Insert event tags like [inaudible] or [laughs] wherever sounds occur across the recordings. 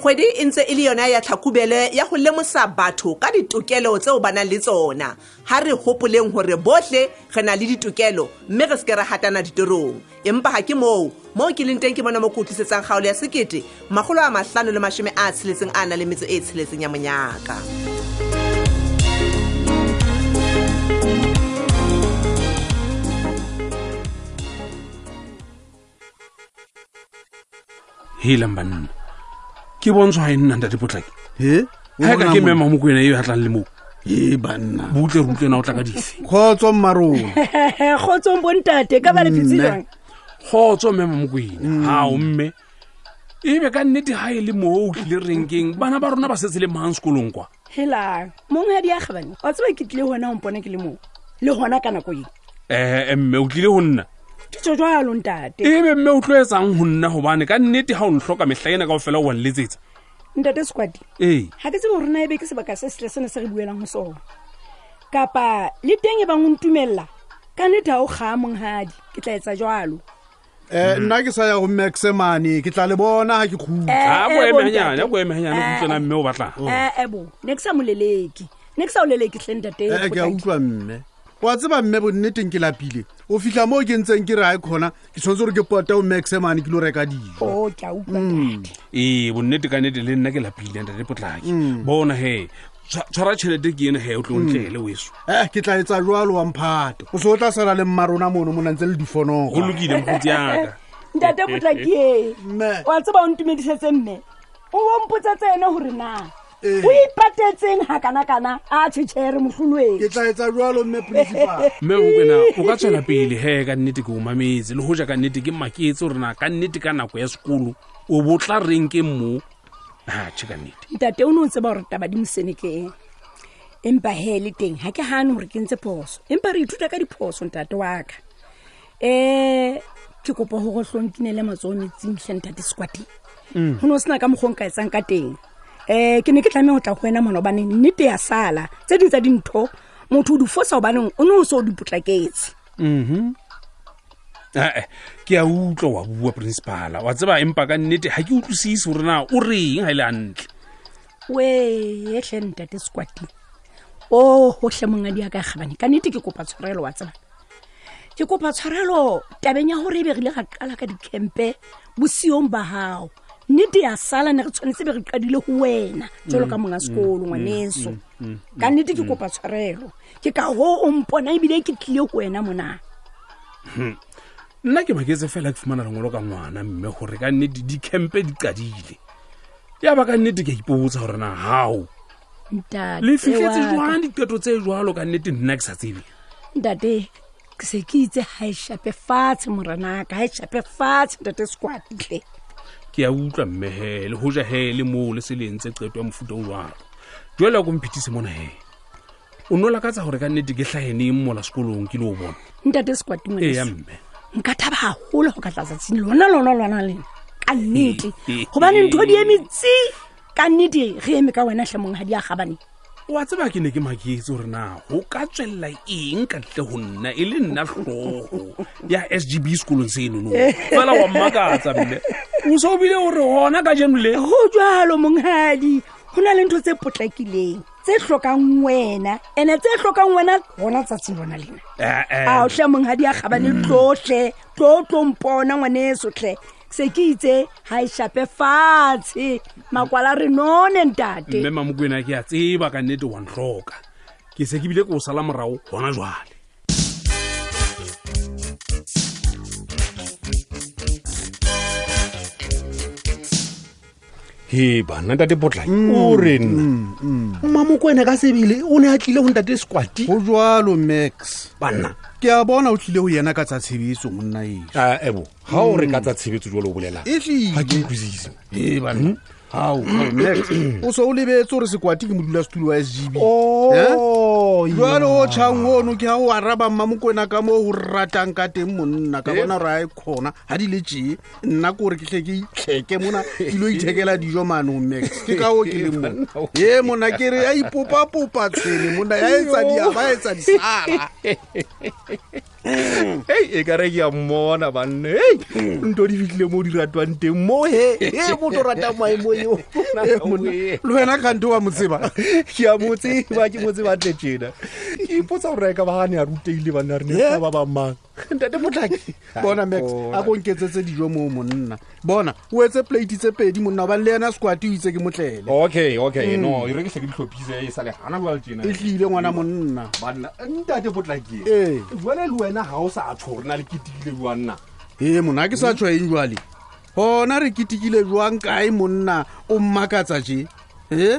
kgwedi e ntse e le yona ya tlhakubele ya go lemosa batho ka ditokelo tseo ba nang le tsona ha re hopoleng gore bohle re na le ditokelo mme re seke ra hatana ditorong empa ha ke moo moo ke leng teng ke bona mo ke utlwisetsang kgaolo ya sekete magolo a mahlano le mashome a tsheletseng a na le metso e tsheletseng ya monyaka helang banna ke bontshwa ga e nna ntate potlaki he ga O ka bona ke mo- mema moko ena eo ya tlang le moo He, banna boutle re utlwena o tla ka dife kgotso mmarong [laughs] kgotsong bontate ka ba lefitse Nna. jang kgotso mema moko Mm. ena gao mme ebe ka nnete ga e le moo o tlile renkeng bana ba rona ba setse le mang sekolong kwa helang monghadi a kgabane wa tseba ke tlile gona gompone ke le moo le gona ka nako eng ee mme o tlile go nna ke tso jalo ntate ebe mme o tlo etsang go nna gobane ka nnete ga o ntlhoka metlha ena kao fela o wa nletsetsa ntate sekwadi ee ga ke tsebe gore na e be ke sebaka se setle sene se re buelang go sona kapa le teng e bang o ntumelela ka nnete ga o kgaa monghadi ke tla etsa jalo Eh, nna ke sa ya go maxemane ke tla le bona ga ke kgutla a Eh, boemehanyane a eh, bontate. Eh. boemehanyane go utlwena mme o batlang Oh. ee bo ne ke sa moleleke ne ke sa o leleke tleng ee ke a utlwa mme wa tseba mme bonneteng ke lapile o fitlha moo ke ntseng ke re ga e kgona ke tshwanetse gore ke pota o maxemane ke lo reka dijo o Oh, ke a utlwa Mm. ntate ee E, bonnete ka nnete le nna ke lapile ntate potlaki bona he tshwa- tshwara tšhelete ke ena he o tlo ntlele weso eh ke tla etsa jalo wa mphato o se o tla sala le mmarona mono mo nantse le go difonoga lokile mokgotsi yaka ntate potlaki e Mme. wa tseba o ntumedisetse mme o bompotsa tsene gore na Eh. o ipatetseng ga kana-kana a tshechere motlholweng ke tla etsa jalo mme principal mme mokwena o ka tswela pele he ka nnete ke o mametse le goja ka nnete ke maketse gore na ka nnete ka nako ya sekolo o bo tla reng ke moo atšhe ka nnete ntate o ne o tseba gore taba di mosenekeng empa he le teng ga ke gane gore ke ntse phoso empa re ithuta ka diphoso ntate wa ka um ke kopa go go tlhonkine matsogo metsentle ntate sekwati go ne o sena ka mokgwong ka etsang ka teng um ke ne ke tlamee go tla go wena mona obane nnete ya sala tse dingwe tsa dintho motho o di fosa obaneng o ne o se o di potlaketse ee ke a utlwa wa bua principala wa tseba empa ka nnete ga ke utlwisise gore na o reng ga e le gantle weetlhe ntate sekwati o gotlhe mongadi a ka kgabane ka nnete ke kopa tshwarelo wa tseba ke kopa tshwarelo tabeng ya gore e be re ile ga qala ka dikempe bosiong ba gago nnete ya sala ne re tshwanetse be re qadile go wena jalo ka Mm, monga sekolo ngwaneso ka nnete ke kopa tshwarelo ke ka go o mpona ebile ke tlile go wena mona nna ke maketse fela ke fumana lengwelo ka ngwana mme gore ka nnete dikempe di qadile ya ba ka nnete ke a ipotsa gore na gao Ntate le fitlhetse wa ka. jwang diqeto tse jwalo ka nnete nna ke sa tsebe ntate ke se ke itse ga e shape fatshe moranaka ga e shape fatshe ntate sekwatle ke a utlwa mme he le goja he le moo le se le entse qeto ya mofuta o jalo jale ya ko mphethise mona he o no lakatsa gore ka nnete ke tlhaeneng mola sekolong ke le o bona ntate sekwating ee ya mme nka thaba gagolo go ka tlatsatsing lona lona lona lena ka [laughs] nnete gobane ntho di emetsi ka nnete re eme ka wena tlhemong ga di a gabane wa tseba ke ne ke maketse gore na go ka tswelela eng ka ntle go nna e le nna tlhogo ya s g b sekolong senono fela wa mmakatsa mme o se o bile gore gona ka jenole go jalo monghadi go na le ntho tse potlakileng tse tlhokang wena ene tse tlhokang wena gona tsatsing lona lena Eh, a o tlhe monghadi a Mm. gabane tlotlhe tlo tlompona ngwane sotlhe se ke itse ga e shape fatshe makwala a re none ntate mme mamokwena ke a tseba ka nnete wa ntlhoka ke se ke bile ke o sala morago gona jwale he bana ntate potlaki o re nna mmamoko wena ka sebele o ne a tlile go ntate sekwati go jalo max banna ke a bona o tlile go yena ka tsa tshebetso monna eo Ah, ebo ga o re ka tsa tshebetso jalo o bolelang E tlile. ga Eh, ke utlwisise ao max [coughs] o se o lebetse gore sekwati ke modulasetulo wa sgb Oh, jale o tšhang ono ke ga o araba mmamokwena ka moo go ratang ka teng monna ka bona gore a e kgona ga di le tee nna ke gore ke tle ke itlheke mona kelo ithekela dijo maanong max ke ka o [laughs] ke leng mona ee mona ke re a ipopapopa tshwene monna ya etsa diaba etsa disala e ka re ke a [laughs] mmona banne ei nto di fitlhile mo di ratwang teng mo he e motho o rata maemo e le wena kanto wa [laughs] motseba ke a motseba ke motse ba tle tjena ke ipotsa gore reka ba gane a ruteile banna re Yeah. ne ba bang mang [laughs] ntate potlaki bona max oh, a ko nketsetse dijo moo monna bona o etse plate tse pedi monna obane le yena sekwati o itse ke motlele okay okay no e re ke se ke ditlhophise e sale gana jale tjena e tlile ngwana monna banna ntate potlakeng Ee. jale Eh, le wena ga o sa tsho rena le ketikile banna ee monna ha ke sa tshwaeng jwale gona re ketekile jwang kae monna o mmakatsa je e Eh.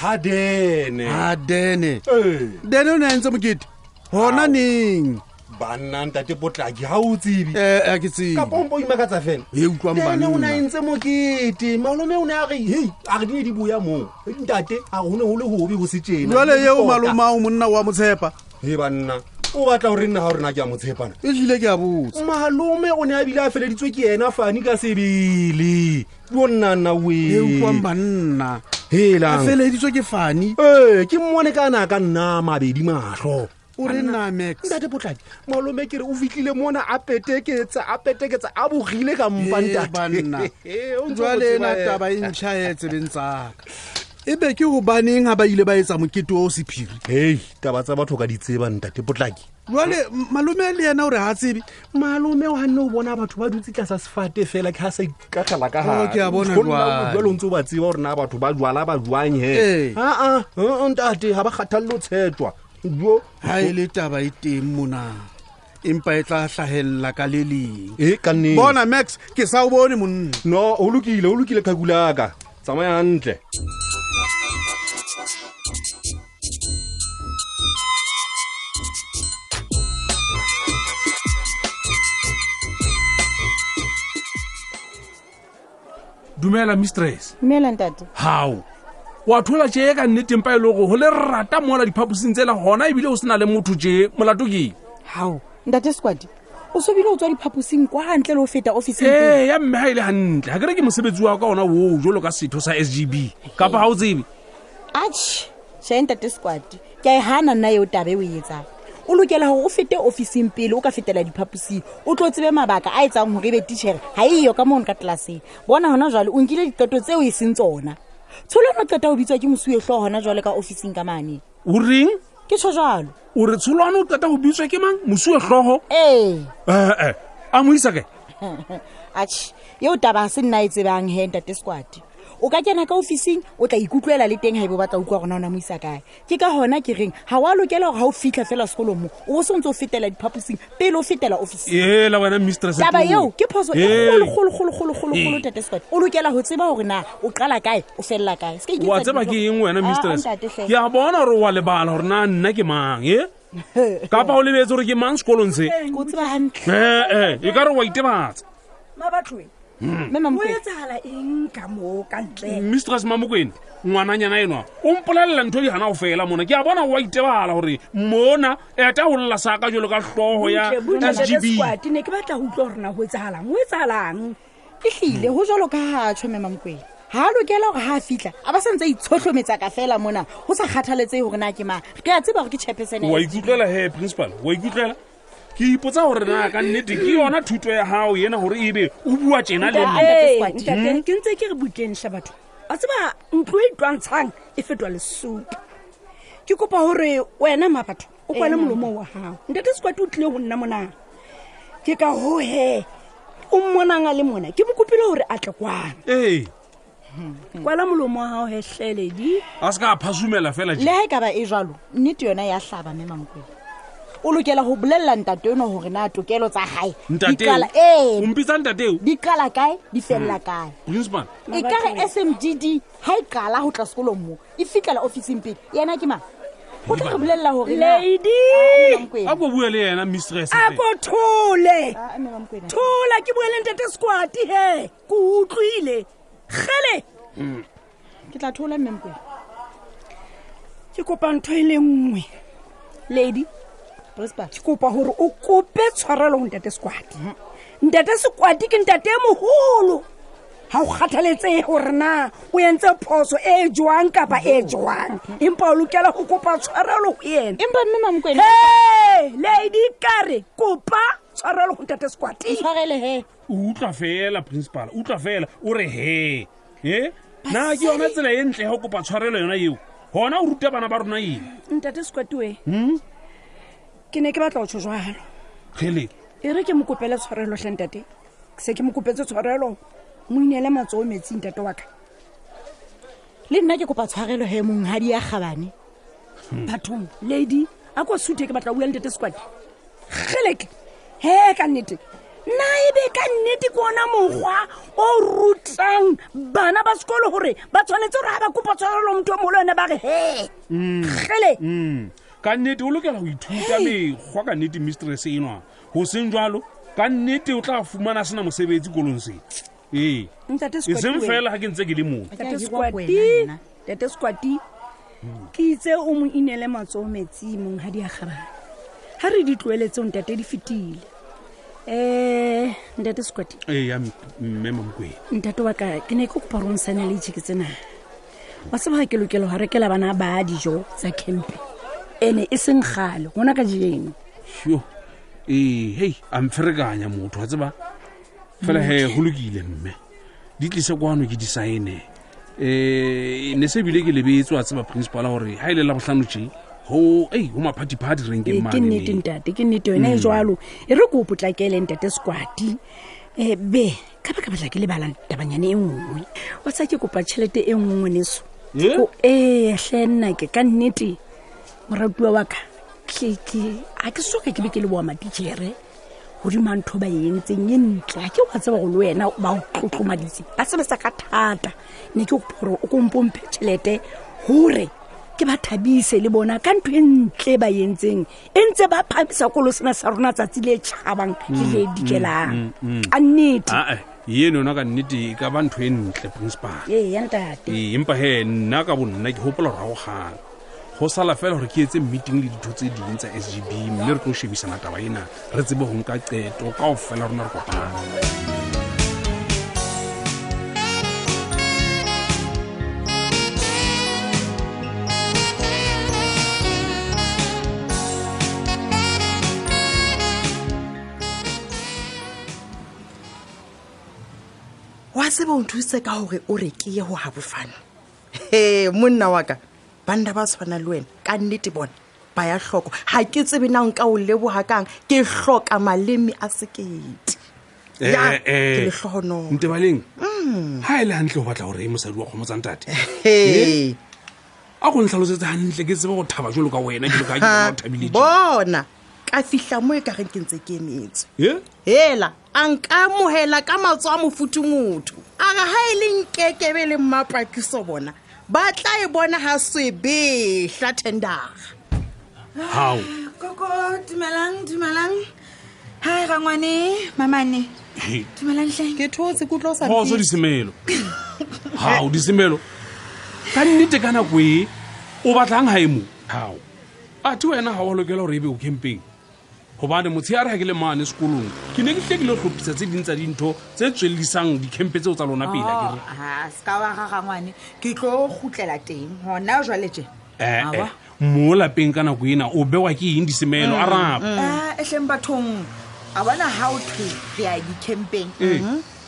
ha dene a dene ee dene o ne a ntse mokete gona neng banna ntate potlaki ga o tsebe Eh, ha ke tsebe ka pompo o imakatsa fela e utlwang ene o ne a banna entse mokete malome o ne a re hei a re dine di boya moo ntate a go ne go le gobe go se tjena jwale yeo Tota. malomao monna wa motshepa he banna o batla gore nna ga gorena ke a mo tshepana e tlile ke a botsa malome o ne a bile a feleditswe ke ena fane ka sebele yo nnanna e utlwang oe banna a helang E feleditswe ke fane ee ke mmone ka na ka nna mabedi matlho o re na max ntate potlaki malome ke re o fitlhile mona a peteketsa a peteketsa a bogile ka mpa Eh, ntate. [laughs] [laughs] banna Eh, o ntso jwale o ena tseba, eh. taba e ntšha e tsebeng tsaka e be ke gobaneng ga ba ile ba etsa mokete o sephiri hei taba tsa batho o ka di tseba ntate potlaki jwale malome le yena o re ga tsebe malome o ganne o bona batho ba dutse tlasa sefate fela ke ga sa ikagela ka Oh, ke a bona jwale. Eh. jalo ntse o ba tseba gore na batho ba jala ba jwang Ee. he aa ntate ga ba kgathalele o tshetwa Jo. ga e le taba e teng mona empa e tla tlhagelela ka le leng ee ka nnete. bona max ke sa o bone monna no o lokile o lokile khakulaka tsamaya ntle dumela mistress dumela ntate hao wa thola tjee ka nneteng pa e le gore go le rata mola diphaposing tsela gona ebile o sena le motho tjee molato keng gao ntate sekwadi o sobile o tswa diphaposing kwa ntle le o feta officing ee ya mme ga e le gantle ga kere ke mosebetsi wa ka ona oo jolo ka setho sa s g b kapa ga o tsebe atšhe shae ntate sekwadi ke a e gana nna eo tabe o e etsang o lokela gore o fete officing pele o ka fetela diphaposing o tlo tsebe mabaka a etsang gore e be tichere ga e yo ka mono ka tlelaseng bona gona jwale o nkile diqeto tseo e seng tsona tsholano qeta go bitswa ke mosuetlho gona jwale ka officing ka mane o reng ke tsho jalo o re tsholwane o tata go bitswa ke mang mosuetlhogo ee ee a mo isa kae atšhe eo taba ga se nna e tsebang he ntate sekwadi o ka kena ka officing o tla ikutlwela le teng ga ebe o batla utlwa gona o na mo isa kae ke ka gona ke reng ga wa lokela gore ga o fitlha fela sekolong mo o bo se ntse o fetela diphaposing pele o fetela officing ela wena Eh. mistress taba Tumi. eo ke phoso e Ee. kgologologologologolo Ee. tate sekwadi o lokela go tseba gore na o qala kae o felela kae Se ka iketsa wa tseba dintho- ke eng wena Ah, mistress ntate hle. ke a bona gore wa lebala gore na nna ke mang [laughs] e kapa o lebetse gore ke mang sekolong se Ke o tseba gantle ee e ka re wa itebatsa mabatloe Hmm. mme o mamokwena etsagala eng ka moo ka ntle mistress mamokwena ngwananyana enwa o mpolelela ntho di gana go fela mona ke a bona wa itebala gore mona eta go lla saka jalo ka tlhogo ya sgb squad ne ke batla go utlwa gorena go etsagalang go etsagalang etlile go jalo ka gatsho memamkwena ga a lokela gore ga a fitlha a ba santse a itshotlhometsa ka fela mona go sa kgathaletsege gore na ke mang ke a tseba gore ke chairperson wa ya- ikutlwela he principal wa ikutlwela ke ipotsa gore na ka nnete ke yona thuto ya gago ena gore ebe o bua tjena le nna. Ntate Ee, Squad. ntate, ke ntse ke re butlentle batho a tseba ntlo e twantshang e fetwa lesupa ke kopa gore wena ma batho o kwale molomo wa gago ntate sekwate o tlile go nna mona ke ka gohe o mmonang a le mona ke mo kopile gore a tle kwana ee Hmm. kwala molomo wa gago hetlheledi a se ka phasumela fela le ga e ka ba e jalo nnete yona ya tlhaba memamkwena o lokela go bolelela ntate eno gore na tokelo tsa gae ee. ntateo ompitsa ntateo e, di qala kae di felela kae principal Ee. e kare smgd ga e qala go tla sekolong moo e fitlhela officing pele yena ke mang go tla re bolelela gore na- Ah, lady Memamkwena. a ko bue le yena mistress a ko thole Ah, Memamkwena. thola ke bue le ntate sekwate he ke utlwile gele ke tla thola mmemkwena ke kopa ntho e le nngwe lady principal ke kopa gore o kope tshwarelo go ntate sekwati ntate sekwati ke ntate e mogolo ga o kgathaletsege gore na o entse phoso e e jwang kapa e e jwang empa o lokela go kopa tshwarelo go ena empa mme mamkwena he lady kare kopa tshwarelo go ntate sekwati tshwarele he o utlwa fela principal utlwa fela o re he e na ke yona tsela e ntle ya go kopa tshwarelo yona eo gona o ruta bana ba rona eng ntate sekwati we ke ne ke batla go tsho jalo kgele e re ke mo kopele tshwarelo tlhe ntate Ke se ke mo kopetse tshwarelo mo inele matsoo metsing tate wa ka le nna ke kopa tshwarelo he monghadi ya kgabane bathong lady a ko sute ke batla bua le tete sekwadi geleke he ka nnete nna ebe ka nnete ke ona mokgwa o rutang bana ba sekolo gore ba tshwanetse gore ga ba kopa tshwarelo motho o molo yone ba re he gele ka nnete mm. o lokela go ithuta mekgwa ka nnete mistress enwa go seng jalo ka nnete o tla fumana a sena mosebetsi kolong seng ee ntate e seng Squad, we- fela ga ke ntse ke le mong Tate Ke a hirwa Squad, ke wena nna. Tate squati ke itse o mo inele matsoo metsi mong ga di a gabana ga re di tloeletseng ntate di fetile um ntate squati ee ya m- mme mamokwena ntate wa ka ke ne ke kopa rong sana le itšheke tsena wa sebaga ke lokela go rekela bana ba dijo tsa campe ene e seng gale gona ka jeno yo ee hei a mferekanya motho wa tseba fela he go lokile mme di tlise kwano ke disaene um ne se bile ke lebetse wa tseba principala gore ga e le labotlhano tse go ei go maphathi-phathi Eh, renkeng ke nnete mane ntate ke nnete yone e jalo e re ko o potlakele ntate sekwati um be ka baka batla ke lebala tabanyane e nngwe wa tsa ke kopa tšhelete e nngwe neso Eh? ee tlhe nnake ka nnete moratuwa wa ka ke- ke- ga ke soka ke be ke le boa matitšhere godima ntho ba e entseng e ntle ga ke wa tseba go le wena ba o tlotlomaditse ba sebetsa ka thata ne ke kopa gore o kompomphe tšhelete gore ke ba thabise le bona ka ntho e ntle ba e entseng e ntse ba phamisa kolo sena sa rona tsatsi le tšhabang le le dikelang ka nnete aa eno yona ka nnete e ka ba ntho e ntle principal ee ya ntate ee empa he nna ka bonna ke gopola gore ga go gana go sala fela gore ke etse meeting le ditho tse dingwe tsa s g b mme re tlo shebisana taba ena re tsebe go nka qeto kao fela rona re kopana wa seba o nthuse ka gore o re ke ye go gabofane he monna wa ka banna ba tshwana le wena ka nnete bona ba ya tlhoko ga ke tsebe na nka o lebogagang ke tlhoka maleme a sekete Ya, ke lehlohonolo. Eh, ntebaleng ga e le gantle go batla gore e mosadi wa kgomotsang tate He, Eh, a go ntlhalosetse gantle ke tsebe go thaba jalo ka wena jalo ka ha, o thabile tje. ah, bona ka fitlha mo e kareng ke ntse ke emetse He? hela a nka amogela ka matso a mofutu motho a re ga e le nkekebe le mmapakiso bona ba tla e bona ga swebehla thendara hao koko Oh, dumelang dumelang hai rangwane mamane He. dumelang tleng ke thotse kutlwa o sa kgotso mpitse. disemelo gao disemelo ka nnete ka nako e o batlang ga e mo gao a te wena ga wa lokela gore e be o campeng gobane motsheyare ga ke le mane sekolong ke ne ke tle ke le tlhophisa tse ding tsa dintho tse tswellisang dicampe tseo tsa lona pele akere Oh, seka wa ga rangwane ke tlo gutlela teng gona jwalete ee Eh, mo lapeng ka nako ena o bewa ke eng disemelo a rapa mm. e tleng bathong a bona ga o thwe re ya dicampeng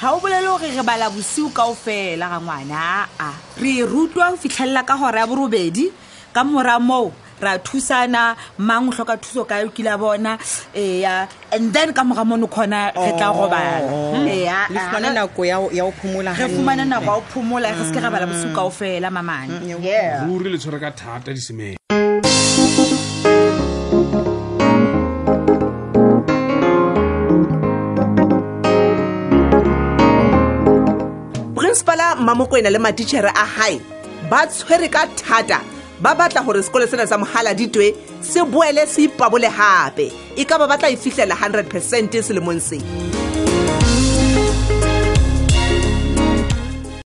ga o bolele gore re bala bosiu kao fela rangwane aa re rutwa go fitlhelela ka gore ya borobedi ka mora moo ra thusana mang o tlhoka thuso ka o kile a bona eya and then ka mora mono kgona re tla robala oh. Eya, le fumane ah, nako ya ho- ya ho phomola re hantle. fumane nako ya go phomola re se ke ra bala bosiu kao fela mamane Yeah. ruri le tshwere ka thata disemelo principala mmamokwena le matitšhere a hae ba tshwere ka thata ba batla gore sekolo sena sa mohala ditwe se boele se ipabole gape e ka ba batla e fitlhela 100 percent selemong se